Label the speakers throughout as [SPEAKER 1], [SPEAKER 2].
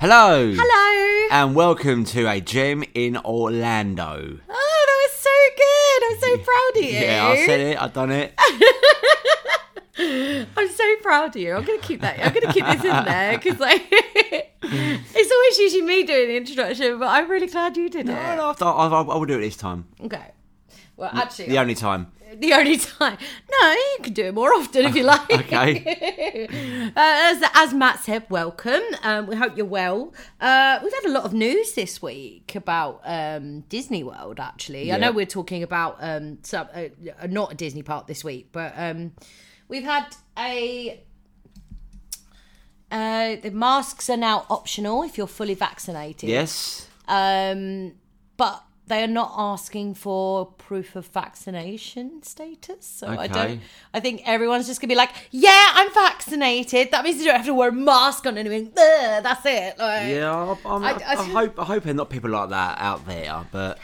[SPEAKER 1] Hello.
[SPEAKER 2] Hello.
[SPEAKER 1] And welcome to a gym in Orlando.
[SPEAKER 2] Oh, that was so good. I'm so proud of you.
[SPEAKER 1] Yeah, I said it. I done it.
[SPEAKER 2] I'm so proud of you. I'm gonna keep that. I'm gonna keep this in there because like it's always usually me doing the introduction, but I'm really glad you did
[SPEAKER 1] No,
[SPEAKER 2] it.
[SPEAKER 1] no, I've done- I, I, I will do it this time.
[SPEAKER 2] Okay. Well, actually,
[SPEAKER 1] The only time.
[SPEAKER 2] the only time. No, you can do it more often if you like.
[SPEAKER 1] Okay.
[SPEAKER 2] Uh, as, as Matt said, welcome. Um, we hope you're well. Uh, we've had a lot of news this week about um, Disney World, actually. I
[SPEAKER 1] Yeah.
[SPEAKER 2] know we're talking about um, some, uh, uh, not a Disney park this week, but um, we've had a. Uh, the masks are now optional if you're fully vaccinated.
[SPEAKER 1] yes.
[SPEAKER 2] Um, but they are not asking for proof of vaccination status. So I
[SPEAKER 1] Okay.
[SPEAKER 2] don't. I think everyone's just gonna be like, "Yeah, I'm vaccinated. That means you don't have to wear a mask on anything. Ugh, that's it." Like,
[SPEAKER 1] Yeah, I, I'm, I,
[SPEAKER 2] I-
[SPEAKER 1] I,
[SPEAKER 2] I-
[SPEAKER 1] hope I hope there are not people like that out there, but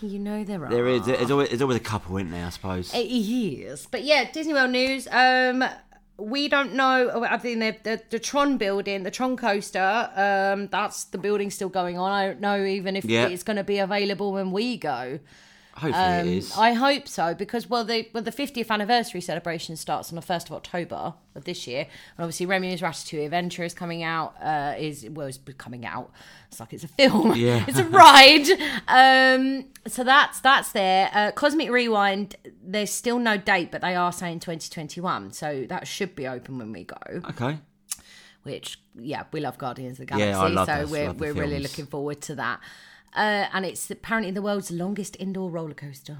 [SPEAKER 2] you know there are.
[SPEAKER 1] there is there's always there's always a couple in there, I suppose.
[SPEAKER 2] It is. But yeah, Disney World news. Um, we don't know. uh, I think the, the, the Tron building, the Tron coaster, um, that's the building still going on. I don't know even if
[SPEAKER 1] Yeah.
[SPEAKER 2] it's going to be available when we go.
[SPEAKER 1] Hopefully
[SPEAKER 2] Um,
[SPEAKER 1] it is.
[SPEAKER 2] I hope so because well the well the 50th anniversary celebration starts on the 1st of October of this year and obviously Remu's Ratatouille Adventure is coming out uh, is well it's coming out it's like it's a film
[SPEAKER 1] Yeah.
[SPEAKER 2] it's a ride um so that's that's there uh, Cosmic Rewind there's still no date but they are saying 2021 so that should be open when we go
[SPEAKER 1] okay.
[SPEAKER 2] which yeah, we love Guardians of the
[SPEAKER 1] Yeah, I
[SPEAKER 2] Galaxy,
[SPEAKER 1] love
[SPEAKER 2] so
[SPEAKER 1] those,
[SPEAKER 2] we're
[SPEAKER 1] love the
[SPEAKER 2] we're really
[SPEAKER 1] films.
[SPEAKER 2] looking forward to that. Uh, and it's apparently the world's longest indoor roller coaster.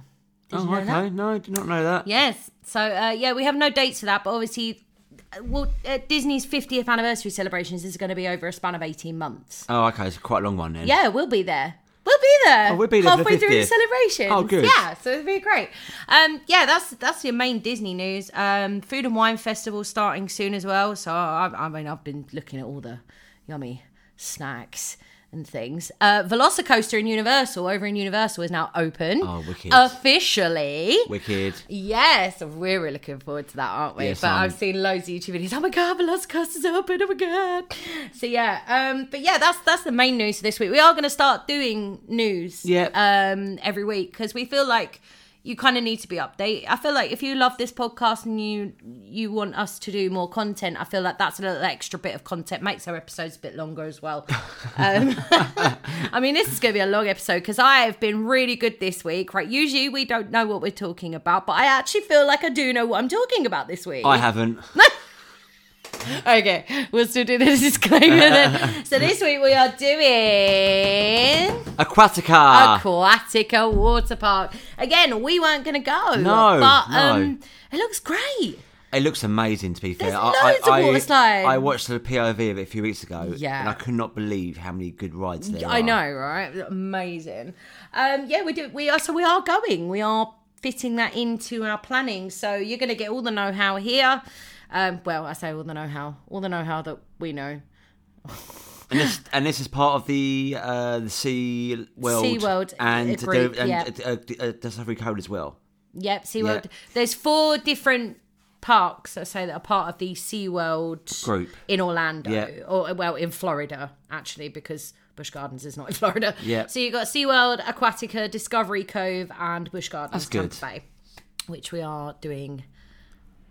[SPEAKER 2] Did you
[SPEAKER 1] Oh,
[SPEAKER 2] know
[SPEAKER 1] okay.
[SPEAKER 2] that?
[SPEAKER 1] No, I did not know that.
[SPEAKER 2] Yes. So uh, yeah, we have no dates for that, but obviously, uh, well, uh, Disney's 50th anniversary celebrations is going to be over a span of 18 months.
[SPEAKER 1] Oh, okay. It's quite a long one then.
[SPEAKER 2] Yeah, we'll be there. We'll be there.
[SPEAKER 1] Oh, we'll be there for the
[SPEAKER 2] halfway through the
[SPEAKER 1] 50th.
[SPEAKER 2] celebration.
[SPEAKER 1] Oh, good.
[SPEAKER 2] Yeah, so it'll be great. Um, yeah, that's that's your main Disney news. Um, food and wine festival starting soon as well. So I, I mean, I've been looking at all the yummy snacks and things. Uh, Velocicoaster in Universal over in Universal is now open.
[SPEAKER 1] Oh, wicked.
[SPEAKER 2] Officially.
[SPEAKER 1] Wicked.
[SPEAKER 2] Uh, Yes, we're really looking forward to that, aren't we?
[SPEAKER 1] Yes,
[SPEAKER 2] but
[SPEAKER 1] I'm-
[SPEAKER 2] i have seen loads of YouTube videos. Oh my god, Velocicoaster's is open! Oh my god. So yeah, um, but yeah, that's that's the main news for this week. We are going to start doing news,
[SPEAKER 1] Yep.
[SPEAKER 2] um, every week because we feel like you kind of need to be updated. I feel like if you love this podcast and you you want us to do more content, I feel like that's a little extra bit of content makes our episodes a bit longer as well. Um, I mean, this is going to be a long episode because I have been really good this week. Right, usually we don't know what we're talking about, but I actually feel like I do know what I'm talking about this week.
[SPEAKER 1] I haven't.
[SPEAKER 2] okay, we'll still do this disclaimer then. so this week we are doing
[SPEAKER 1] Aquatica.
[SPEAKER 2] Aquatica Water Park. Again, we weren't going to go.
[SPEAKER 1] No,
[SPEAKER 2] but
[SPEAKER 1] no.
[SPEAKER 2] um, it looks great.
[SPEAKER 1] It looks amazing, to be fair.
[SPEAKER 2] There's
[SPEAKER 1] I-
[SPEAKER 2] loads of
[SPEAKER 1] I,
[SPEAKER 2] water
[SPEAKER 1] I,
[SPEAKER 2] slides.
[SPEAKER 1] I watched the POV of it a few weeks ago,
[SPEAKER 2] Yeah.
[SPEAKER 1] and I could not believe how many good rides there
[SPEAKER 2] I
[SPEAKER 1] are.
[SPEAKER 2] know, right? Amazing. Um, yeah, we do. We are so we are going. We are fitting that into our planning. So you're going to get all the know-how here. Um, well, I say all the know-how, all the know-how that we know.
[SPEAKER 1] And this, and this is part of the uh, the Sea World,
[SPEAKER 2] SeaWorld uh,
[SPEAKER 1] and
[SPEAKER 2] group,
[SPEAKER 1] the, and
[SPEAKER 2] yeah.
[SPEAKER 1] uh, uh, uh, Discovery Code as well.
[SPEAKER 2] Yep, SeaWorld.
[SPEAKER 1] Yeah.
[SPEAKER 2] There's four different parks, I say, that are part of the SeaWorld
[SPEAKER 1] Group.
[SPEAKER 2] in Orlando.
[SPEAKER 1] Yeah.
[SPEAKER 2] Or, well, in Florida, actually, because Bush Gardens is not in Florida.
[SPEAKER 1] Yeah.
[SPEAKER 2] So you've got SeaWorld, Aquatica, Discovery Cove, and Bush Gardens,
[SPEAKER 1] That's good.
[SPEAKER 2] Tampa Bay, which we are doing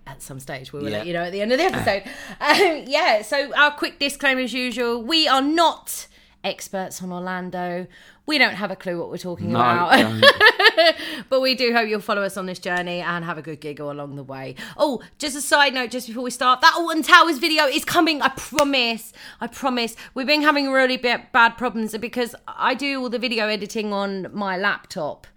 [SPEAKER 2] at some stage. We will
[SPEAKER 1] Yeah.
[SPEAKER 2] let you know at the end of the episode. um, yeah, so our quick disclaimer as usual we are not experts on Orlando. We don't have a clue what we're talking
[SPEAKER 1] No,
[SPEAKER 2] about.
[SPEAKER 1] um,
[SPEAKER 2] But we do hope you'll follow us on this journey and have a good giggle along the way. Oh, just a side note, just before we start, that Alton Towers video is coming. I promise. I promise. We've been having really b- bad problems because I do all the video editing on my laptop,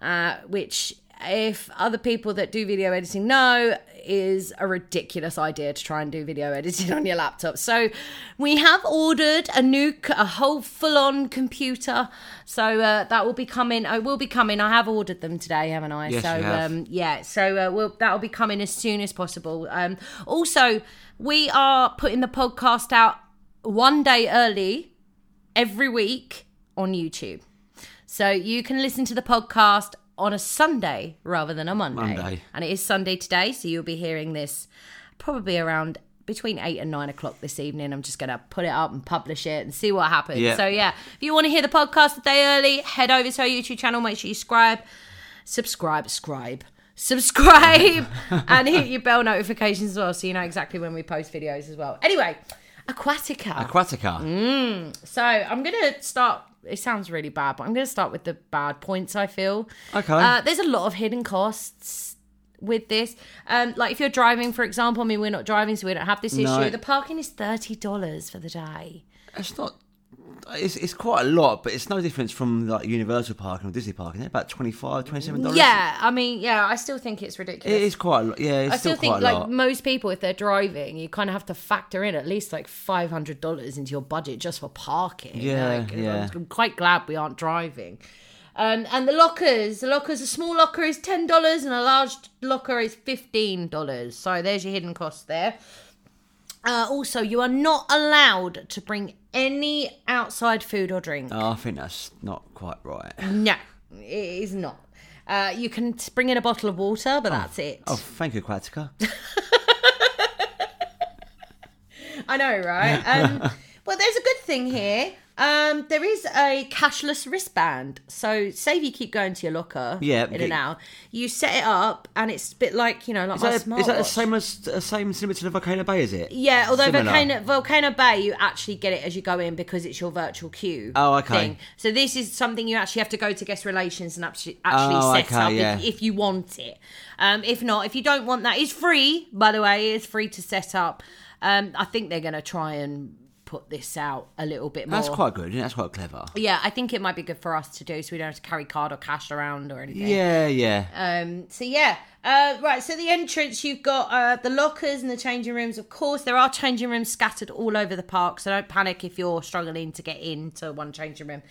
[SPEAKER 2] uh, which, if other people that do video editing know, is a ridiculous idea to try and do video editing on your laptop. So we have ordered a new, c- a whole full-on computer. So uh, that will be coming. I will be coming. I have ordered them today, haven't I?
[SPEAKER 1] Yes,
[SPEAKER 2] so
[SPEAKER 1] you have.
[SPEAKER 2] um, yeah. So uh, we'll, that'll be coming as soon as possible. Um, also, we are putting the podcast out one day early every week on YouTube. So you can listen to the podcast on a Sunday rather than a Monday.
[SPEAKER 1] Monday.
[SPEAKER 2] And it is Sunday today, so you'll be hearing this probably around between eight and nine o'clock this evening. I'm just going to put it up and publish it and see what happens.
[SPEAKER 1] Yeah.
[SPEAKER 2] So, yeah, if you want to hear the podcast a day early, head over to our YouTube channel. Make sure you subscribe, subscribe, scribe, subscribe, and hit your bell notifications as well so you know exactly when we post videos as well. Anyway, Aquatica.
[SPEAKER 1] Aquatica.
[SPEAKER 2] Mm. so, I'm going to start. It sounds really bad, but I'm going to start with the bad points I feel.
[SPEAKER 1] Okay.
[SPEAKER 2] Uh, there's a lot of hidden costs with this. Um, like if you're driving, for example, I mean we're not driving, so we don't have this
[SPEAKER 1] No.
[SPEAKER 2] issue. The parking is thirty dollars for the day.
[SPEAKER 1] it's not. It's, it's quite a lot, but it's no difference from like Universal Park and Disney Park, isn't it? About 25 dollars.
[SPEAKER 2] Yeah, I mean, yeah, I still think it's
[SPEAKER 1] it
[SPEAKER 2] ridiculous.
[SPEAKER 1] is quite a lot. Yeah, it's
[SPEAKER 2] I still,
[SPEAKER 1] still,
[SPEAKER 2] think
[SPEAKER 1] quite a
[SPEAKER 2] like
[SPEAKER 1] lot.
[SPEAKER 2] most people, if they're driving, you kind of have to factor in at least like five hundred dollars into your budget just for parking.
[SPEAKER 1] Yeah,
[SPEAKER 2] Like,
[SPEAKER 1] yeah.
[SPEAKER 2] I'm quite glad we aren't driving. Um, and the lockers, the lockers, a small locker is ten dollars and a large locker is fifteen dollars. So there's your hidden cost there. Uh, also, you are not allowed to bring any outside food or drink.
[SPEAKER 1] Oh, I think that's not quite right.
[SPEAKER 2] No, it is not. Uh, you can t- bring in a bottle of water, but that's it.
[SPEAKER 1] Oh, thank you, Aquatica.
[SPEAKER 2] I know, right? Um, well, there's a good thing here. Um, there is a cashless wristband. So, say if you keep going to your locker
[SPEAKER 1] Yeah,
[SPEAKER 2] in
[SPEAKER 1] okay.
[SPEAKER 2] and out, you set it up, and it's a bit like, you know, like
[SPEAKER 1] Is
[SPEAKER 2] my
[SPEAKER 1] that,
[SPEAKER 2] smartwatch.
[SPEAKER 1] is that the same as uh, same similar to the Volcano Bay? Is it?
[SPEAKER 2] Yeah, although
[SPEAKER 1] Similar.
[SPEAKER 2] Volcano, Volcano Bay, you actually get it as you go in because it's your virtual queue.
[SPEAKER 1] Oh, okay.
[SPEAKER 2] So this is something you actually have to go to guest relations and actually, actually
[SPEAKER 1] Oh,
[SPEAKER 2] set
[SPEAKER 1] okay,
[SPEAKER 2] up
[SPEAKER 1] yeah.
[SPEAKER 2] if, if you want it. Um, if not, if you don't want that, it's free. By the way, it's free to set up. Um, I think they're going to try and put this out a little bit more.
[SPEAKER 1] That's quite good. Isn't it? That's quite clever.
[SPEAKER 2] yeah, I think it might be good for us to do, so we don't have to carry card or cash around or anything.
[SPEAKER 1] Yeah, yeah.
[SPEAKER 2] Um, so yeah, uh, right. So the entrance, you've got uh, the lockers and the changing rooms. Of course, there are changing rooms scattered all over the park, so don't panic if you're struggling to get into one changing room.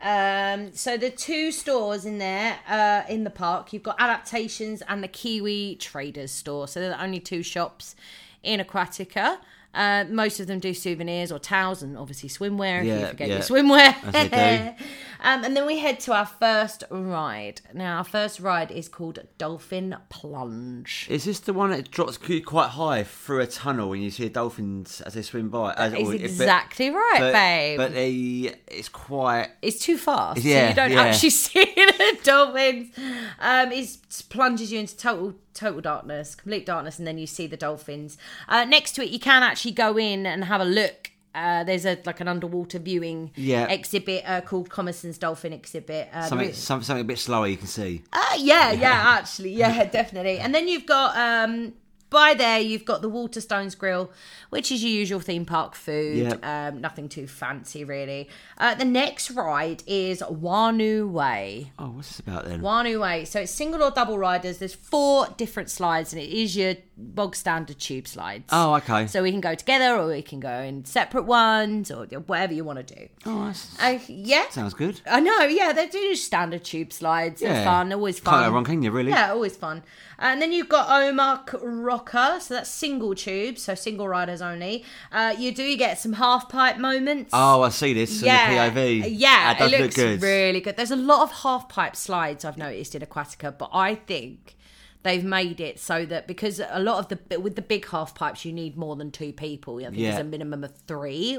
[SPEAKER 2] Um, so the two stores in there uh, in the park, you've got Adaptations and the Kiwi Traders store. So they're the only two shops in Aquatica. Uh, most of them do souvenirs or towels and obviously swimwear if you
[SPEAKER 1] Yeah,
[SPEAKER 2] forget
[SPEAKER 1] yeah.
[SPEAKER 2] your swimwear.
[SPEAKER 1] As they do.
[SPEAKER 2] Um, and then we head to our first ride. Now, our first ride is called Dolphin Plunge.
[SPEAKER 1] Is this the one that drops cu- quite high through a tunnel and you see dolphins as they swim by? As,
[SPEAKER 2] It's
[SPEAKER 1] or if- but-
[SPEAKER 2] exactly right,
[SPEAKER 1] but,
[SPEAKER 2] babe.
[SPEAKER 1] But they, it's quite.
[SPEAKER 2] it's too fast. so
[SPEAKER 1] Yeah,
[SPEAKER 2] you don't
[SPEAKER 1] yeah.
[SPEAKER 2] actually see the dolphins. Um, it plunges you into total total darkness, complete darkness, and then you see the dolphins. Uh, next to it, you can actually go in and have a look. Uh, there's a like an underwater viewing
[SPEAKER 1] Yeah.
[SPEAKER 2] exhibit uh, called Commerson's Dolphin Exhibit. Uh,
[SPEAKER 1] Something,
[SPEAKER 2] the-
[SPEAKER 1] some- something a bit slower you can see.
[SPEAKER 2] Uh, yeah, yeah, actually, yeah, definitely. And then you've got um by there you've got the Waterstones Grill, which is your usual theme park food. Um, nothing too fancy really. Uh, the next ride is Wanu Way.
[SPEAKER 1] Oh, what's this about then?
[SPEAKER 2] Wanu Way. So it's single or double riders. There's four different slides, and it is your bog standard tube slides.
[SPEAKER 1] Oh, okay.
[SPEAKER 2] So we can go together, or we can go in separate ones, or whatever you want to do.
[SPEAKER 1] oh, that's,
[SPEAKER 2] Uh, yeah.
[SPEAKER 1] sounds good.
[SPEAKER 2] I know, yeah, they do standard tube slides. They're
[SPEAKER 1] Yeah.
[SPEAKER 2] fun, always fun.
[SPEAKER 1] Can't go wrong, can you? Really?
[SPEAKER 2] Yeah, always fun. And then you've got Omark Rocker, so that's single tubes, so single riders only. Uh, you do get some half pipe moments.
[SPEAKER 1] Oh, I see this
[SPEAKER 2] yeah,
[SPEAKER 1] in the POV.
[SPEAKER 2] yeah,
[SPEAKER 1] that does
[SPEAKER 2] it looks
[SPEAKER 1] look good.
[SPEAKER 2] really good. There's a lot of half pipe slides I've noticed in Aquatica, but I think they've made it so that because a lot of the with the big half pipes you need more than two people. I think
[SPEAKER 1] Yeah.
[SPEAKER 2] there's a minimum of three.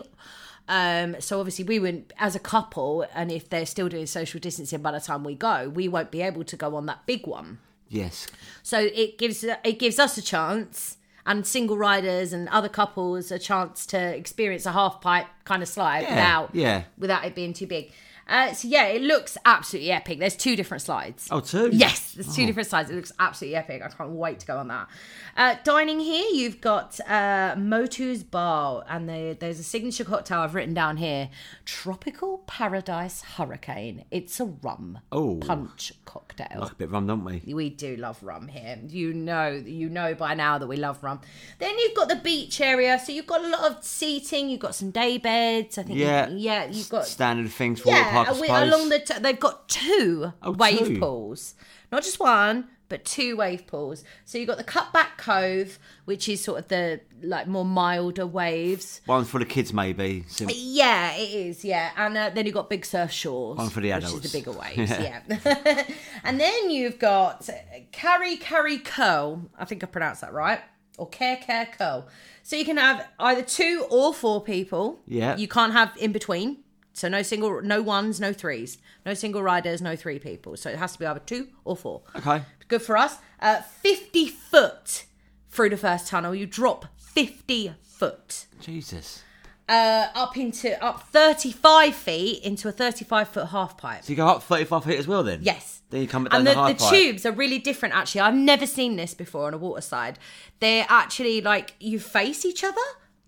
[SPEAKER 2] Um, so obviously we wouldn't as a couple, and if they're still doing social distancing by the time we go, we won't be able to go on that big one.
[SPEAKER 1] Yes.
[SPEAKER 2] So it gives it gives us a chance and single riders and other couples a chance to experience a half pipe kind of slide
[SPEAKER 1] Yeah,
[SPEAKER 2] without
[SPEAKER 1] yeah.
[SPEAKER 2] without it being too big. Uh, so yeah, it looks absolutely epic. There's two different slides.
[SPEAKER 1] Oh, two.
[SPEAKER 2] Yes, there's two different sides. It looks absolutely epic. I can't wait to go on that. Uh, dining here, you've got uh, Motu's Bar, and they, there's a signature cocktail I've written down here: Tropical Paradise Hurricane. It's a rum
[SPEAKER 1] Oh.
[SPEAKER 2] punch cocktail.
[SPEAKER 1] Like a bit of rum, don't we?
[SPEAKER 2] We do love rum here. You know, you know by now that we love rum. Then you've got the beach area, so you've got a lot of seating. You've got some day beds. I think. you-
[SPEAKER 1] Yeah.
[SPEAKER 2] yeah. You've got
[SPEAKER 1] standard things for water
[SPEAKER 2] yeah.
[SPEAKER 1] park. I
[SPEAKER 2] we-
[SPEAKER 1] suppose.
[SPEAKER 2] along the t- they've got two
[SPEAKER 1] Oh,
[SPEAKER 2] wave
[SPEAKER 1] two.
[SPEAKER 2] pools, not just one, but two wave pools. So you've got the Cutback Cove, which is sort of the like more milder waves.
[SPEAKER 1] One for the kids, maybe. Sim-
[SPEAKER 2] Yeah, it is. Yeah, and uh, then you've got Big Surf Shores,
[SPEAKER 1] One for the
[SPEAKER 2] which is
[SPEAKER 1] adults.
[SPEAKER 2] the bigger waves. yeah, and then you've got Carry Carry Curl. I think I pronounced that right. or Care Care Co. So you can have either two or four people.
[SPEAKER 1] Yeah.
[SPEAKER 2] You can't have in between. So no single, no ones, no threes, no single riders, no three people. So it has to be either two or four.
[SPEAKER 1] Okay.
[SPEAKER 2] Good for us. Uh, 50 foot through the first tunnel. You drop 50 foot
[SPEAKER 1] Jesus.
[SPEAKER 2] uh, up into up 35 feet into a 35 foot half pipe.
[SPEAKER 1] So you go up 35 feet as well then?
[SPEAKER 2] Yes.
[SPEAKER 1] Then you come down
[SPEAKER 2] And
[SPEAKER 1] the,
[SPEAKER 2] the,
[SPEAKER 1] high
[SPEAKER 2] the
[SPEAKER 1] pipe.
[SPEAKER 2] tubes are really different, actually. I've never seen this before on a water slide. They're actually like you face each other,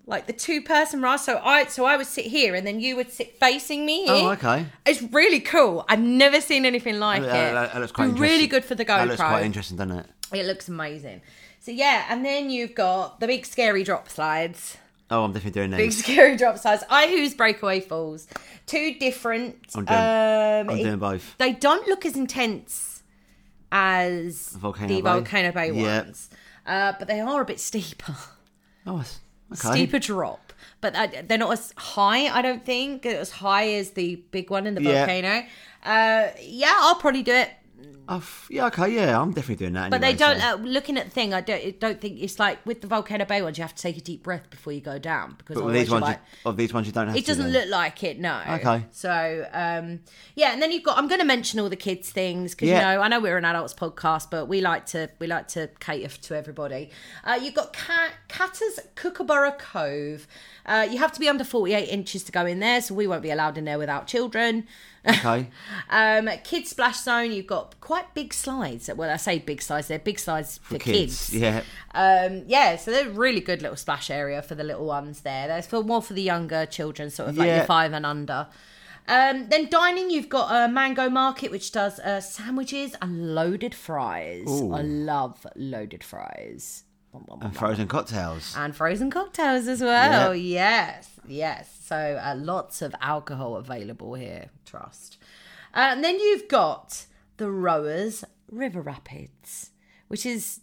[SPEAKER 2] like the two person ride. So I, so I would sit here, and then you would sit facing me.
[SPEAKER 1] Oh,
[SPEAKER 2] here.
[SPEAKER 1] okay.
[SPEAKER 2] It's really cool. I've never seen anything like
[SPEAKER 1] Uh,
[SPEAKER 2] it.
[SPEAKER 1] that, that looks quite
[SPEAKER 2] Be
[SPEAKER 1] interesting.
[SPEAKER 2] really good for the GoPro.
[SPEAKER 1] That looks quite interesting, doesn't it?
[SPEAKER 2] It looks amazing. So yeah, and then you've got the big scary drop slides.
[SPEAKER 1] Oh, I'm definitely doing
[SPEAKER 2] Big
[SPEAKER 1] these.
[SPEAKER 2] scary drop slides. I who's breakaway falls. Two different.
[SPEAKER 1] I'm doing-
[SPEAKER 2] um,
[SPEAKER 1] I'm
[SPEAKER 2] it-
[SPEAKER 1] doing both.
[SPEAKER 2] they don't look as intense as
[SPEAKER 1] Volcano
[SPEAKER 2] the
[SPEAKER 1] Bay.
[SPEAKER 2] Volcano Bay
[SPEAKER 1] Yeah.
[SPEAKER 2] ones, uh, but they are a bit steeper,
[SPEAKER 1] Oh, that's- okay.
[SPEAKER 2] steeper drop. But that- they're not as high, I don't think, as high as the big one in the
[SPEAKER 1] Yeah.
[SPEAKER 2] volcano. Uh, yeah, I'll probably do it.
[SPEAKER 1] Oh, f- yeah, okay, yeah, I'm definitely doing that.
[SPEAKER 2] But
[SPEAKER 1] anyway,
[SPEAKER 2] they don't.
[SPEAKER 1] so-
[SPEAKER 2] Uh, looking at the thing, I don't. I don't think it's like with the Volcano Bay ones. You have to take a deep breath before you go down because
[SPEAKER 1] but with
[SPEAKER 2] otherwise
[SPEAKER 1] these
[SPEAKER 2] you're
[SPEAKER 1] ones,
[SPEAKER 2] like,
[SPEAKER 1] you, of these ones, you don't have
[SPEAKER 2] It
[SPEAKER 1] to.
[SPEAKER 2] doesn't
[SPEAKER 1] then.
[SPEAKER 2] look like it, no.
[SPEAKER 1] Okay.
[SPEAKER 2] So, um, yeah, and then you've got. I'm going to mention all the kids' things because
[SPEAKER 1] Yeah.
[SPEAKER 2] you know I know we're an adults podcast, but we like to we like to cater to everybody. Uh, you've got Cat Catter's Kookaburra Cove. Uh, you have to be under 48 inches to go in there, so we won't be allowed in there without children.
[SPEAKER 1] Okay.
[SPEAKER 2] Um, kids splash zone. You've got quite big slides. Well, I say big slides. They're big slides for, kids.
[SPEAKER 1] Yeah.
[SPEAKER 2] Um, yeah, so they're a really good little splash area for the little ones there. There's for more for the younger children, sort of like
[SPEAKER 1] Yeah.
[SPEAKER 2] your five and under. Um, then dining, you've got a mango market which does uh, sandwiches and loaded fries. I love loaded fries. Nom, nom, nom,
[SPEAKER 1] And frozen cocktails.
[SPEAKER 2] and frozen cocktails as well. Yes, yes. So uh, lots of alcohol available here. Trust. Uh, and then you've got the rowers river rapids, which is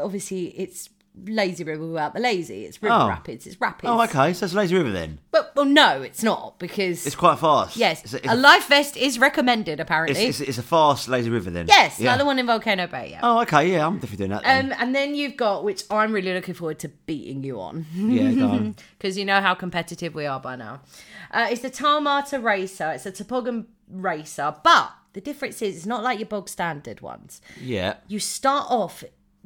[SPEAKER 2] obviously it's lazy river without the lazy. It's river
[SPEAKER 1] Oh.
[SPEAKER 2] rapids. It's rapids.
[SPEAKER 1] Oh, okay. So it's Lazy River then.
[SPEAKER 2] But well, no, it's not because
[SPEAKER 1] It's quite fast.
[SPEAKER 2] yes,
[SPEAKER 1] It's, it's,
[SPEAKER 2] a life vest is recommended
[SPEAKER 1] it's,
[SPEAKER 2] apparently.
[SPEAKER 1] it's, it's a fast Lazy River then.
[SPEAKER 2] Eh? yes,
[SPEAKER 1] Yeah.
[SPEAKER 2] like the one in Volcano Bay. Yeah.
[SPEAKER 1] Oh, okay. Yeah, I'm definitely doing that. Then.
[SPEAKER 2] Um, and then you've got, which I'm really looking forward to beating you on.
[SPEAKER 1] yeah, go on.
[SPEAKER 2] because you know how competitive we are by now. Uh, it's the Tarmata Racer. It's a toboggan racer, but the difference is it's not like your bog standard ones.
[SPEAKER 1] Yeah.
[SPEAKER 2] You start off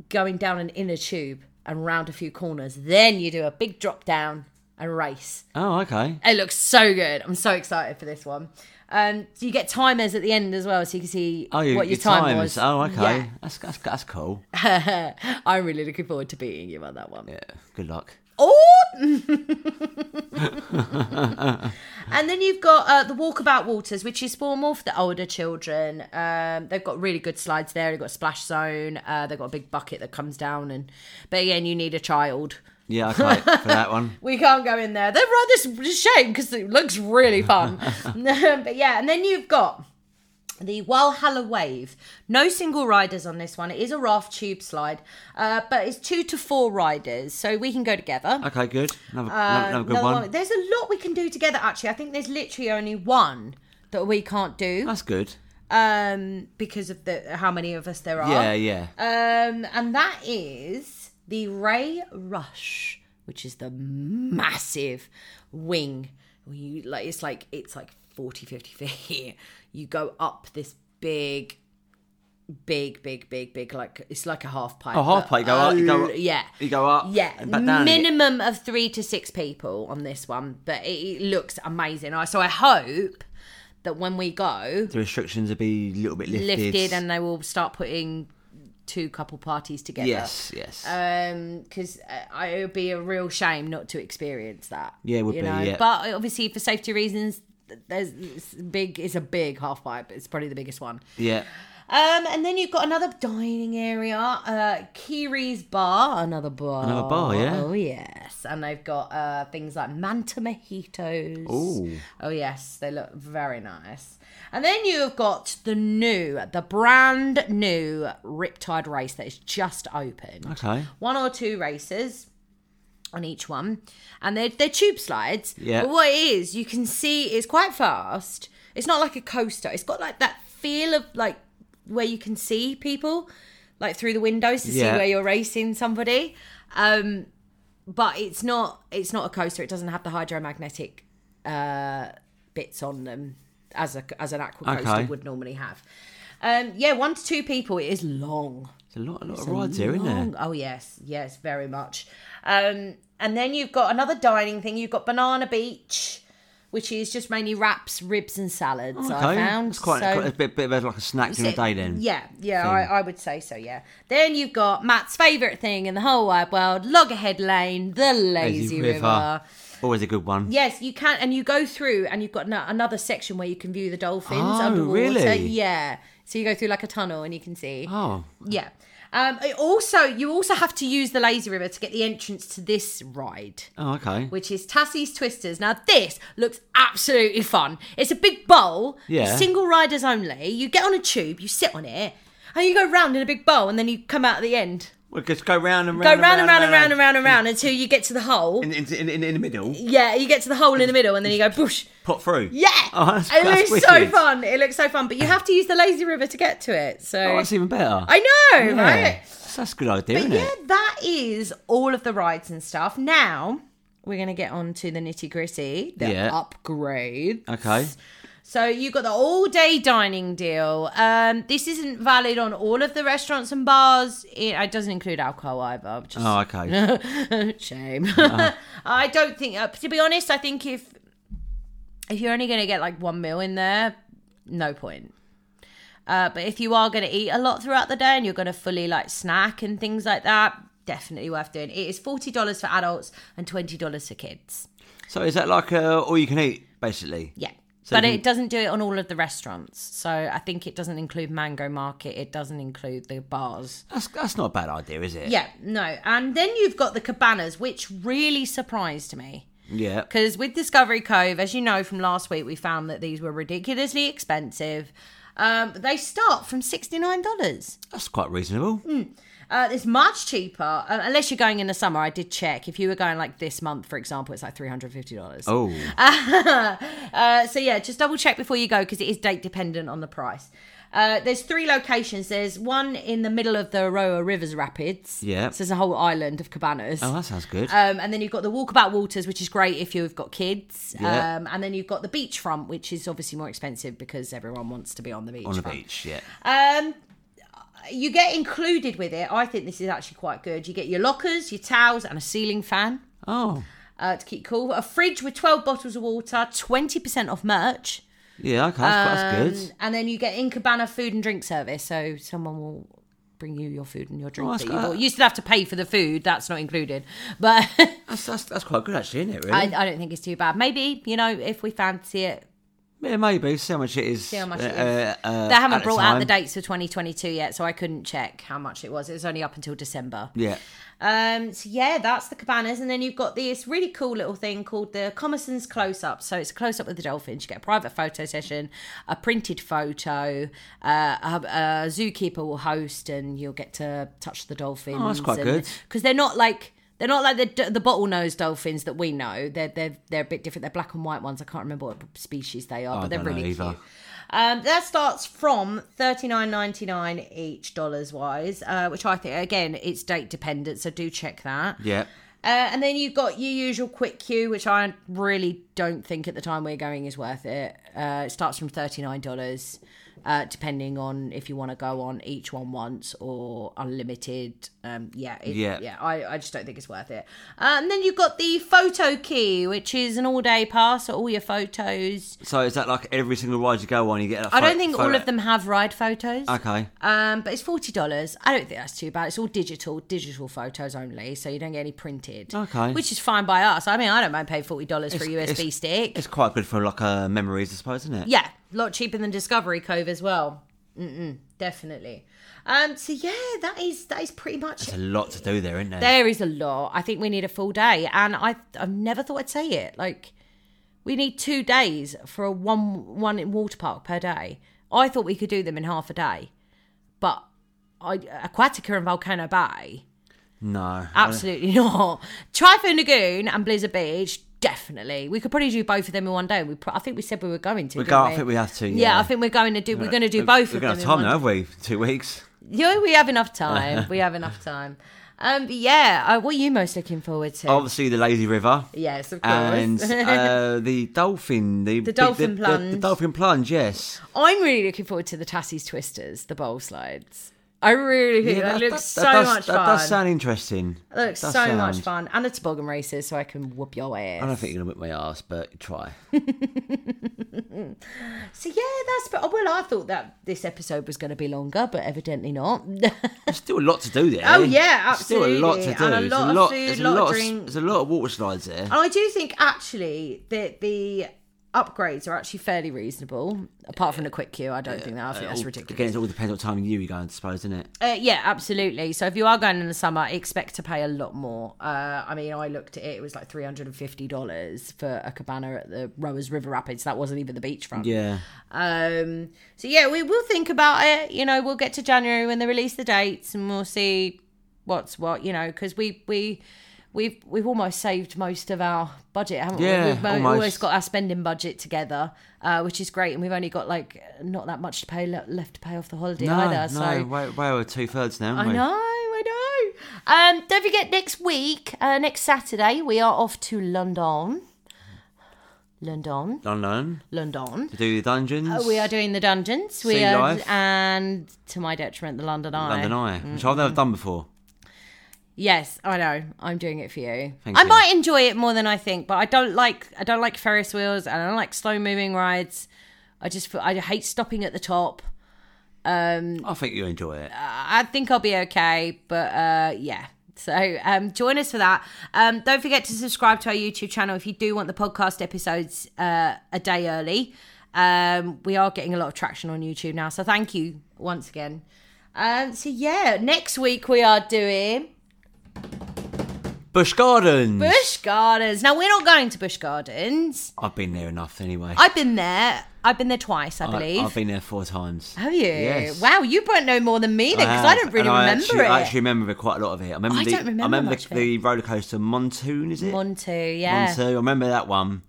[SPEAKER 2] going down an inner tube and round a few corners, then you do a big drop down and race.
[SPEAKER 1] Oh, okay.
[SPEAKER 2] It looks so good. I'm so excited for this one. Um, so you get timers at the end as well, so you can see
[SPEAKER 1] Oh, you,
[SPEAKER 2] what your,
[SPEAKER 1] your
[SPEAKER 2] time
[SPEAKER 1] times.
[SPEAKER 2] was.
[SPEAKER 1] Oh, okay.
[SPEAKER 2] Yeah.
[SPEAKER 1] That's, that's that's cool.
[SPEAKER 2] I'm really looking forward to beating you on that one.
[SPEAKER 1] Yeah. Good luck.
[SPEAKER 2] Oh! and then you've got uh, the Walkabout Waters, which is for more for the older children. Um, they've got really good slides there. They've got a splash zone. Uh, they've got a big bucket that comes down, and but again, you need a child.
[SPEAKER 1] Yeah, okay. for that one.
[SPEAKER 2] We can't go in there. They're right. This is a shame because it looks really fun. but yeah, and then you've got the Walhalla Wave. No single riders on this one. It is a raft tube slide, uh, but it's two to four riders, so we can go together.
[SPEAKER 1] Okay, good. Another,
[SPEAKER 2] Uh,
[SPEAKER 1] another, another good
[SPEAKER 2] another
[SPEAKER 1] one.
[SPEAKER 2] one. There's a lot we can do together. Actually, I think there's literally only one that we can't do
[SPEAKER 1] That's good.
[SPEAKER 2] um, because of the how many of us there are.
[SPEAKER 1] Yeah, yeah.
[SPEAKER 2] Um, and that is the Ray Rush, which is the massive wing. Where you like it's like it's like 40, 50 feet. You go up this big. Big, big, big, big, like it's like a half pipe.
[SPEAKER 1] Oh, half
[SPEAKER 2] but
[SPEAKER 1] pipe, go up,
[SPEAKER 2] a
[SPEAKER 1] you go
[SPEAKER 2] l-
[SPEAKER 1] up.
[SPEAKER 2] yeah,
[SPEAKER 1] You go up.
[SPEAKER 2] yeah,
[SPEAKER 1] And back down again.
[SPEAKER 2] minimum of three to six people on this one, but it, it looks amazing. I- So I hope that when we go,
[SPEAKER 1] The restrictions will be a little bit lifted.
[SPEAKER 2] lifted and they will start putting two couple parties together. Um,
[SPEAKER 1] yes, yes.
[SPEAKER 2] Uh, Because it would be a real shame not to experience that.
[SPEAKER 1] Yeah, it would
[SPEAKER 2] you
[SPEAKER 1] be,
[SPEAKER 2] Know?
[SPEAKER 1] yeah.
[SPEAKER 2] But obviously, for safety reasons, th- there's it's big. It's a big half pipe. It's probably the biggest one.
[SPEAKER 1] yeah.
[SPEAKER 2] Um, and then you've got another dining area, uh, Kiri's Bar, another bar.
[SPEAKER 1] Another bar, yeah.
[SPEAKER 2] Oh, yes. And they've got uh, things like Manta Mojitos.
[SPEAKER 1] Ooh.
[SPEAKER 2] Oh, yes. They look very nice. And then you've got the new, the brand new Riptide race that is just open.
[SPEAKER 1] Okay.
[SPEAKER 2] One or two races on each one, and they're, they're tube slides.
[SPEAKER 1] Yeah.
[SPEAKER 2] But what it is, you can see it's quite fast. It's not like a coaster. It's got like that feel of like where you can see people. like through the windows to
[SPEAKER 1] Yeah.
[SPEAKER 2] see where you're racing somebody. Um, but it's not it's not a coaster. It doesn't have the hydromagnetic uh, bits on them as a as an aqua coaster
[SPEAKER 1] Okay.
[SPEAKER 2] would normally have. Um, yeah, one to two people. It is long.
[SPEAKER 1] It's a lot, a lot of rides here, isn't
[SPEAKER 2] Long-
[SPEAKER 1] there?
[SPEAKER 2] Oh yes, yes, very much. Um, and then you've got another dining thing. You've got Banana Beach, which is just mainly wraps, ribs, and salads. I found
[SPEAKER 1] it's quite,
[SPEAKER 2] So-
[SPEAKER 1] quite a bit, bit of a- like a snack during the day then.
[SPEAKER 2] Yeah, yeah, I, I would say so. Yeah. Then you've got Matt's favourite thing in the whole wide world: Loggerhead Lane, the Lazy, River.
[SPEAKER 1] Always a good one.
[SPEAKER 2] Yes, you can, and you go through, and you've got no, another section where you can view the dolphins
[SPEAKER 1] Oh,
[SPEAKER 2] underwater.
[SPEAKER 1] really?
[SPEAKER 2] Yeah. So you go through like a tunnel, and you can see.
[SPEAKER 1] Oh,
[SPEAKER 2] Yeah. Um, it also, you also have to use the lazy river to get the entrance to this ride,
[SPEAKER 1] oh, okay.
[SPEAKER 2] which is Tassie's Twisters. Now, this looks absolutely fun. It's a big bowl,
[SPEAKER 1] Yeah.
[SPEAKER 2] single riders only. You get on a tube, you sit on it, and you go round in a big bowl, and then you come out at the end.
[SPEAKER 1] We'll just go round and round.
[SPEAKER 2] Go round and round and round and round and round until you get to the hole.
[SPEAKER 1] In, in, in, in the middle,
[SPEAKER 2] Yeah, you get to the hole in the middle, and then you go boosh.
[SPEAKER 1] pop through.
[SPEAKER 2] Yeah,
[SPEAKER 1] Oh, that's,
[SPEAKER 2] it
[SPEAKER 1] that's
[SPEAKER 2] looks so
[SPEAKER 1] wicked. Oh,
[SPEAKER 2] fun. It looks so fun, but you have to use the lazy river to get to it. So
[SPEAKER 1] Oh, that's even better.
[SPEAKER 2] I know,
[SPEAKER 1] Yeah.
[SPEAKER 2] right?
[SPEAKER 1] So that's a good idea,
[SPEAKER 2] But
[SPEAKER 1] isn't
[SPEAKER 2] yeah,
[SPEAKER 1] it?
[SPEAKER 2] that is all of the rides and stuff. Now we're going to get on to the nitty gritty, the
[SPEAKER 1] Yeah.
[SPEAKER 2] upgrade.
[SPEAKER 1] Okay.
[SPEAKER 2] So you got the all day dining deal. Um, this isn't valid on all of the restaurants and bars. It, it doesn't include alcohol either. Which is
[SPEAKER 1] Oh, okay.
[SPEAKER 2] shame. I don't think. Uh, to be honest, I think if if you're only going to get like one meal in there, no point. Uh, but if you are going to eat a lot throughout the day and you're going to fully like snack and things like that, definitely worth doing. It is forty dollars for adults and twenty dollars for kids.
[SPEAKER 1] so is that like uh, all you can eat, basically?
[SPEAKER 2] Yeah.
[SPEAKER 1] So
[SPEAKER 2] but
[SPEAKER 1] you-
[SPEAKER 2] it doesn't do it on all of the restaurants. So I think it doesn't include Mango Market. It doesn't include the bars.
[SPEAKER 1] That's that's not a bad idea, is it?
[SPEAKER 2] Yeah, no. And then you've got the cabanas, which really surprised me.
[SPEAKER 1] Yeah.
[SPEAKER 2] Because with Discovery Cove, as you know from last week, we found that these were ridiculously expensive. Um, but they start from $69.
[SPEAKER 1] That's quite reasonable.
[SPEAKER 2] Uh, it's much cheaper, uh, unless you're going in the summer. I did check. If you were going like this month, for example, it's like $350.
[SPEAKER 1] Oh,
[SPEAKER 2] Uh, so yeah, just double check before you go because it is date dependent on the price. Uh, there's three locations. There's one in the middle of the Aroa Rivers Rapids.
[SPEAKER 1] Yeah.
[SPEAKER 2] So there's a whole island of cabanas.
[SPEAKER 1] oh, that sounds good.
[SPEAKER 2] Um, and then you've got the Walkabout Waters, which is great if you've got kids.
[SPEAKER 1] Yeah.
[SPEAKER 2] Um, and then you've got the beachfront, which is obviously more expensive because everyone wants to be on the beach.
[SPEAKER 1] On the beach, yeah.
[SPEAKER 2] Um, you get included with it. I think this is actually quite good. You get your lockers, your towels, and a ceiling fan
[SPEAKER 1] Oh,
[SPEAKER 2] uh, to keep cool. A fridge with 12 bottles of water, 20% off merch.
[SPEAKER 1] yeah. Okay, that's, quite that's
[SPEAKER 2] Um,
[SPEAKER 1] good.
[SPEAKER 2] and then you get in cabana food and drink service. So someone will bring you your food and your drink.
[SPEAKER 1] Oh,
[SPEAKER 2] that
[SPEAKER 1] that's
[SPEAKER 2] you,
[SPEAKER 1] good.
[SPEAKER 2] bought. you still have to pay for the food. That's not included. But
[SPEAKER 1] That's, that's that's quite good actually, isn't it? Really?
[SPEAKER 2] I, I don't think it's too bad. Maybe you know if we fancy it.
[SPEAKER 1] yeah, maybe. See how much it is.
[SPEAKER 2] See how much
[SPEAKER 1] uh,
[SPEAKER 2] it is.
[SPEAKER 1] uh, uh,
[SPEAKER 2] They haven't
[SPEAKER 1] at
[SPEAKER 2] brought out the
[SPEAKER 1] time.
[SPEAKER 2] dates for 2022 yet, so I couldn't check how much it was. It was only up until December.
[SPEAKER 1] Yeah.
[SPEAKER 2] Um, so yeah, that's the cabanas, and then you've got this really cool little thing called the Commerson's close up. So it's a close up with the dolphins. You get a private photo session, a printed photo. Uh, a, a zookeeper will host, and you'll get to touch the dolphins.
[SPEAKER 1] Oh, that's quite good.
[SPEAKER 2] because they're not like. They're not like the the bottlenose dolphins that we know. They're they're they're a bit different. They're black and white ones. I can't remember what species they are,
[SPEAKER 1] Oh, I
[SPEAKER 2] but they're
[SPEAKER 1] don't know
[SPEAKER 2] really
[SPEAKER 1] either.
[SPEAKER 2] cute. Um, that starts from thirty nine ninety nine each dollars wise, uh, which I think again it's date dependent, so do check that.
[SPEAKER 1] Yeah.
[SPEAKER 2] Uh, and then you've got your usual quick queue, which I really don't think at the time we're going is worth it. Uh, it starts from thirty nine dollars, uh, depending on if you want to go on each one once or unlimited. Um, yeah, it,
[SPEAKER 1] Yeah.
[SPEAKER 2] yeah, I, I just don't think it's worth it. Uh, and then you've got the photo key, which is an all day pass, so all your photos.
[SPEAKER 1] So is that like every single ride you go on, you get? I
[SPEAKER 2] I don't think all of them have ride photos.
[SPEAKER 1] Okay.
[SPEAKER 2] Um, but it's forty dollars. I don't think that's too bad. It's all digital, digital photos only, so you don't get any printed.
[SPEAKER 1] Okay.
[SPEAKER 2] Which is fine by us. I mean, I don't mind paying forty dollars for a
[SPEAKER 1] It's-
[SPEAKER 2] USB
[SPEAKER 1] it's-
[SPEAKER 2] stick.
[SPEAKER 1] It's quite good for like uh, memories, I suppose, isn't it?
[SPEAKER 2] Yeah, a lot cheaper than Discovery Cove as well. Mm-mm, definitely. Um, so yeah, that is that is pretty much.
[SPEAKER 1] There's
[SPEAKER 2] it.
[SPEAKER 1] a lot to do there, isn't there?
[SPEAKER 2] There is a lot. I think we need a full day, and I I've never thought I'd say it. Like, we need two days for a one one water park per day. I thought we could do them in half a day, but I, Aquatica and Volcano Bay.
[SPEAKER 1] no.
[SPEAKER 2] Absolutely not. Typhoon Lagoon and Blizzard Beach, definitely. We could probably do both of them in one day. We, pro- I think we said we were going to.
[SPEAKER 1] We
[SPEAKER 2] didn't
[SPEAKER 1] go.
[SPEAKER 2] we?
[SPEAKER 1] I think we have to. Yeah.
[SPEAKER 2] Yeah, I think we're going to do. We're going to do
[SPEAKER 1] We're-
[SPEAKER 2] both
[SPEAKER 1] We're
[SPEAKER 2] of
[SPEAKER 1] gonna
[SPEAKER 2] them.
[SPEAKER 1] have time
[SPEAKER 2] in one
[SPEAKER 1] now, have we? Two weeks.
[SPEAKER 2] Yeah, we have enough time. we have enough time. Um, but yeah, uh, what are you most looking forward to?
[SPEAKER 1] Obviously, the lazy river.
[SPEAKER 2] yes, of course.
[SPEAKER 1] And uh, the dolphin, the, the
[SPEAKER 2] dolphin
[SPEAKER 1] the- the,
[SPEAKER 2] plunge.
[SPEAKER 1] dolphin plunge, yes.
[SPEAKER 2] I'm really looking forward to the Tassie's Twisters, the bowl slides. I really think that, looks so
[SPEAKER 1] does,
[SPEAKER 2] much
[SPEAKER 1] that
[SPEAKER 2] fun.
[SPEAKER 1] does sound interesting.
[SPEAKER 2] That looks so
[SPEAKER 1] Does sound-
[SPEAKER 2] much fun. And the toboggan races, so I can whoop your ass.
[SPEAKER 1] I don't think you're gonna whip my ass, but try.
[SPEAKER 2] So yeah, that's but well, I thought that this episode was going to be longer, but evidently not.
[SPEAKER 1] There's still a lot to do there.
[SPEAKER 2] Oh, yeah,
[SPEAKER 1] Still a lot to
[SPEAKER 2] absolutely.
[SPEAKER 1] do.
[SPEAKER 2] And a
[SPEAKER 1] There's
[SPEAKER 2] lot of food,
[SPEAKER 1] there's
[SPEAKER 2] lot of
[SPEAKER 1] s-
[SPEAKER 2] drink.
[SPEAKER 1] There's a lot of water slides there.
[SPEAKER 2] And I do think actually that the upgrades are actually fairly reasonable, apart from the quick queue. I don't think that. I think that's
[SPEAKER 1] All-
[SPEAKER 2] ridiculous.
[SPEAKER 1] Again, it all depends what time of year you go, I suppose, doesn't it?
[SPEAKER 2] Uh, yeah, absolutely. So if you are going in the summer, expect to pay a lot more. Uh, I mean, I looked at it; it was like three hundred and fifty dollars for a cabana at the Rowers River Rapids. That wasn't even the beachfront.
[SPEAKER 1] Yeah.
[SPEAKER 2] Um, so yeah, we will think about it. You know, we'll get to January when they release the dates, and we'll see what's what. You know, because we we we've we've almost saved most of our budget, haven't
[SPEAKER 1] Yeah,
[SPEAKER 2] we? We've mo-
[SPEAKER 1] almost.
[SPEAKER 2] almost got our spending budget together, uh, which is great, and we've only got like not that much to pay le- left to pay off the holiday
[SPEAKER 1] No,
[SPEAKER 2] either.
[SPEAKER 1] no,
[SPEAKER 2] so
[SPEAKER 1] way, way over two thirds now.
[SPEAKER 2] I know, I know. Um, don't forget next week, uh, next Saturday, we are off to London. London,
[SPEAKER 1] London
[SPEAKER 2] London.
[SPEAKER 1] to do the dungeons.
[SPEAKER 2] Uh, We are doing the dungeons. We
[SPEAKER 1] Sea
[SPEAKER 2] are,
[SPEAKER 1] life.
[SPEAKER 2] and to my detriment, the London Eye.
[SPEAKER 1] London Eye, which
[SPEAKER 2] Mm-hmm.
[SPEAKER 1] I've never done before.
[SPEAKER 2] Yes, I know. I'm doing it for you.
[SPEAKER 1] Thank
[SPEAKER 2] I
[SPEAKER 1] you.
[SPEAKER 2] might enjoy it more than I think, but I don't like I don't like Ferris wheels and I don't like slow moving rides. I just feel- I hate stopping at the top.
[SPEAKER 1] I think you enjoy it.
[SPEAKER 2] I think I'll be okay, but uh, yeah. So um, join us for that. Um, don't forget to subscribe to our YouTube channel if you do want the podcast episodes uh, a day early. Um, we are getting a lot of traction on YouTube now, so thank you once again. Um, so yeah, next week we are doing
[SPEAKER 1] Bush Gardens.
[SPEAKER 2] Bush Gardens. Now we're not going to Bush Gardens.
[SPEAKER 1] I've been there enough anyway.
[SPEAKER 2] I've been there. I've been there twice, I
[SPEAKER 1] I-
[SPEAKER 2] believe.
[SPEAKER 1] I've been there four times.
[SPEAKER 2] Have you?
[SPEAKER 1] Yes.
[SPEAKER 2] Wow, you won't know more than me then, because I,
[SPEAKER 1] have,
[SPEAKER 2] don't really
[SPEAKER 1] and I
[SPEAKER 2] remember
[SPEAKER 1] actually,
[SPEAKER 2] it.
[SPEAKER 1] I actually remember quite a lot of it. I remember
[SPEAKER 2] I
[SPEAKER 1] the,
[SPEAKER 2] don't remember
[SPEAKER 1] remember
[SPEAKER 2] much
[SPEAKER 1] the,
[SPEAKER 2] of it.
[SPEAKER 1] the roller coaster Montoon, is it?
[SPEAKER 2] One, two, yeah.
[SPEAKER 1] Montoon. I remember that one.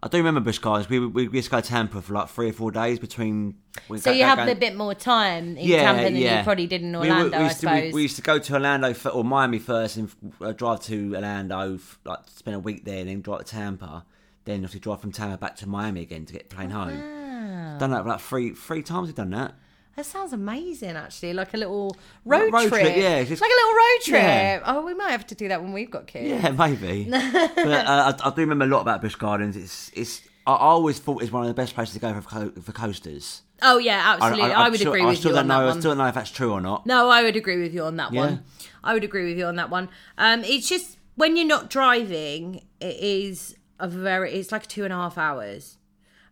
[SPEAKER 1] I do remember Bush Gardens. We we, we used to go to Tampa for like three or four days between. we
[SPEAKER 2] So
[SPEAKER 1] go-
[SPEAKER 2] you
[SPEAKER 1] go-
[SPEAKER 2] have
[SPEAKER 1] go-
[SPEAKER 2] a bit more time in
[SPEAKER 1] yeah,
[SPEAKER 2] Tampa than
[SPEAKER 1] yeah.
[SPEAKER 2] you probably did in
[SPEAKER 1] We- we-
[SPEAKER 2] Orlando,
[SPEAKER 1] we,
[SPEAKER 2] I
[SPEAKER 1] used to, we-
[SPEAKER 2] suppose.
[SPEAKER 1] We, used to go to Orlando for, or Miami first and uh, drive to Orlando, f- like spend a week there, and then drive to Tampa. Then obviously drive from Tampa back to Miami again to get the plane home.
[SPEAKER 2] Wow.
[SPEAKER 1] Done that like three three times. We've done that.
[SPEAKER 2] That sounds amazing, actually. Like a little road,
[SPEAKER 1] road
[SPEAKER 2] trip.
[SPEAKER 1] trip, yeah, it's just-
[SPEAKER 2] like a little road trip.
[SPEAKER 1] Yeah.
[SPEAKER 2] Oh, we might have to do that when we've got kids.
[SPEAKER 1] Yeah, maybe. but uh, I, I do remember a lot about Busch Gardens. It's it's. I I always thought it's one of the best places to go for co- for coasters.
[SPEAKER 2] Oh, yeah, absolutely. I,
[SPEAKER 1] I'm
[SPEAKER 2] would
[SPEAKER 1] sure-
[SPEAKER 2] agree
[SPEAKER 1] I
[SPEAKER 2] with
[SPEAKER 1] still
[SPEAKER 2] you
[SPEAKER 1] don't
[SPEAKER 2] on
[SPEAKER 1] know,
[SPEAKER 2] that
[SPEAKER 1] I
[SPEAKER 2] one.
[SPEAKER 1] still don't know if that's true or not.
[SPEAKER 2] No, I would agree with you on that
[SPEAKER 1] Yeah.
[SPEAKER 2] one. I would agree with you on that one. Um, it's just when you're not driving, it is a very. It's like two and a half hours,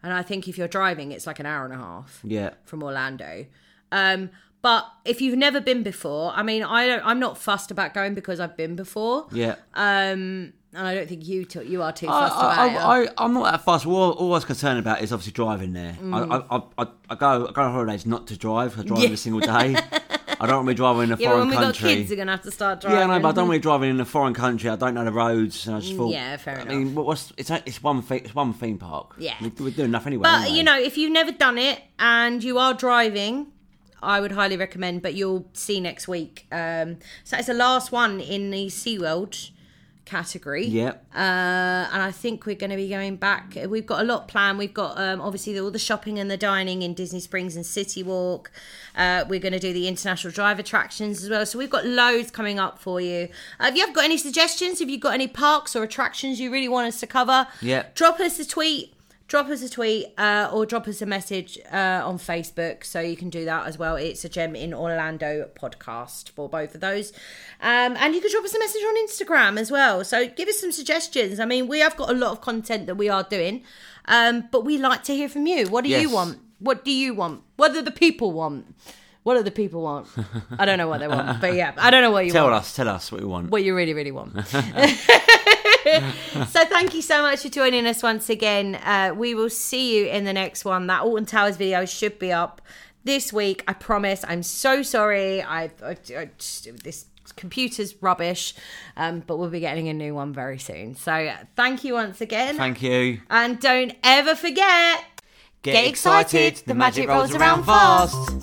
[SPEAKER 2] and I think if you're driving, it's like an hour and a half.
[SPEAKER 1] Yeah,
[SPEAKER 2] from Orlando. Um, but if you've never been before, I mean, I don't, I'm not fussed about going because I've been before.
[SPEAKER 1] yeah.
[SPEAKER 2] Um, and I don't think you t- you are too
[SPEAKER 1] I,
[SPEAKER 2] fussed about
[SPEAKER 1] I,
[SPEAKER 2] it.
[SPEAKER 1] I, I, am not that fussed. All, all I was concerned about is obviously driving there.
[SPEAKER 2] Mm.
[SPEAKER 1] I, I, I, I go I go on holidays not to drive. I drive every single day. I don't want to be driving in a
[SPEAKER 2] yeah, but
[SPEAKER 1] foreign
[SPEAKER 2] when we got
[SPEAKER 1] country.
[SPEAKER 2] kids, you're gonna have to start driving. Mm,
[SPEAKER 1] yeah, I know, but I don't want to be driving in a foreign country. I don't know the roads, and I just thought.
[SPEAKER 2] yeah, fair
[SPEAKER 1] I mean, what- what's it's it's one thing, it's one theme park.
[SPEAKER 2] Yeah.
[SPEAKER 1] we, we're doing enough anyway.
[SPEAKER 2] But
[SPEAKER 1] aren't we?
[SPEAKER 2] you know, if you've never done it and you are driving, I would highly recommend. But you'll see next week. Um, so it's the last one in the SeaWorld category.
[SPEAKER 1] Yeah,
[SPEAKER 2] Uh, and I think we're going to be going back. We've got a lot planned. We've got um, obviously all the shopping and the dining in Disney Springs and City Walk. Uh, we're going to do the international drive attractions as well. So we've got loads coming up for you. Uh, if you have got any suggestions, if you've got any parks or attractions you really want us to cover,
[SPEAKER 1] Yeah.
[SPEAKER 2] drop us a tweet. Drop us a tweet uh, or drop us a message uh, on Facebook. So you can do that as well. It's a Gem in Orlando podcast for both of those. Um, and you can drop us a message on Instagram as well. So give us some suggestions. I mean, we have got a lot of content that we are doing, um, but we like to hear from you. What do you
[SPEAKER 1] Yes.
[SPEAKER 2] want? What do you want? What do the people want? What do the people want? I don't know what they want, but yeah, I don't know what you want
[SPEAKER 1] tell us, tell us what we want.
[SPEAKER 2] what you really, really want. so thank you so much for joining us once again. Uh, we will see you in the next one. That Alton Towers video should be up this week. I promise. I'm so sorry. I, I, I just, this computer's rubbish, um, but we'll be getting a new one very soon. So uh, thank you once again,
[SPEAKER 1] Thank you.
[SPEAKER 2] and don't ever forget. Get excited, the magic rolls around fast.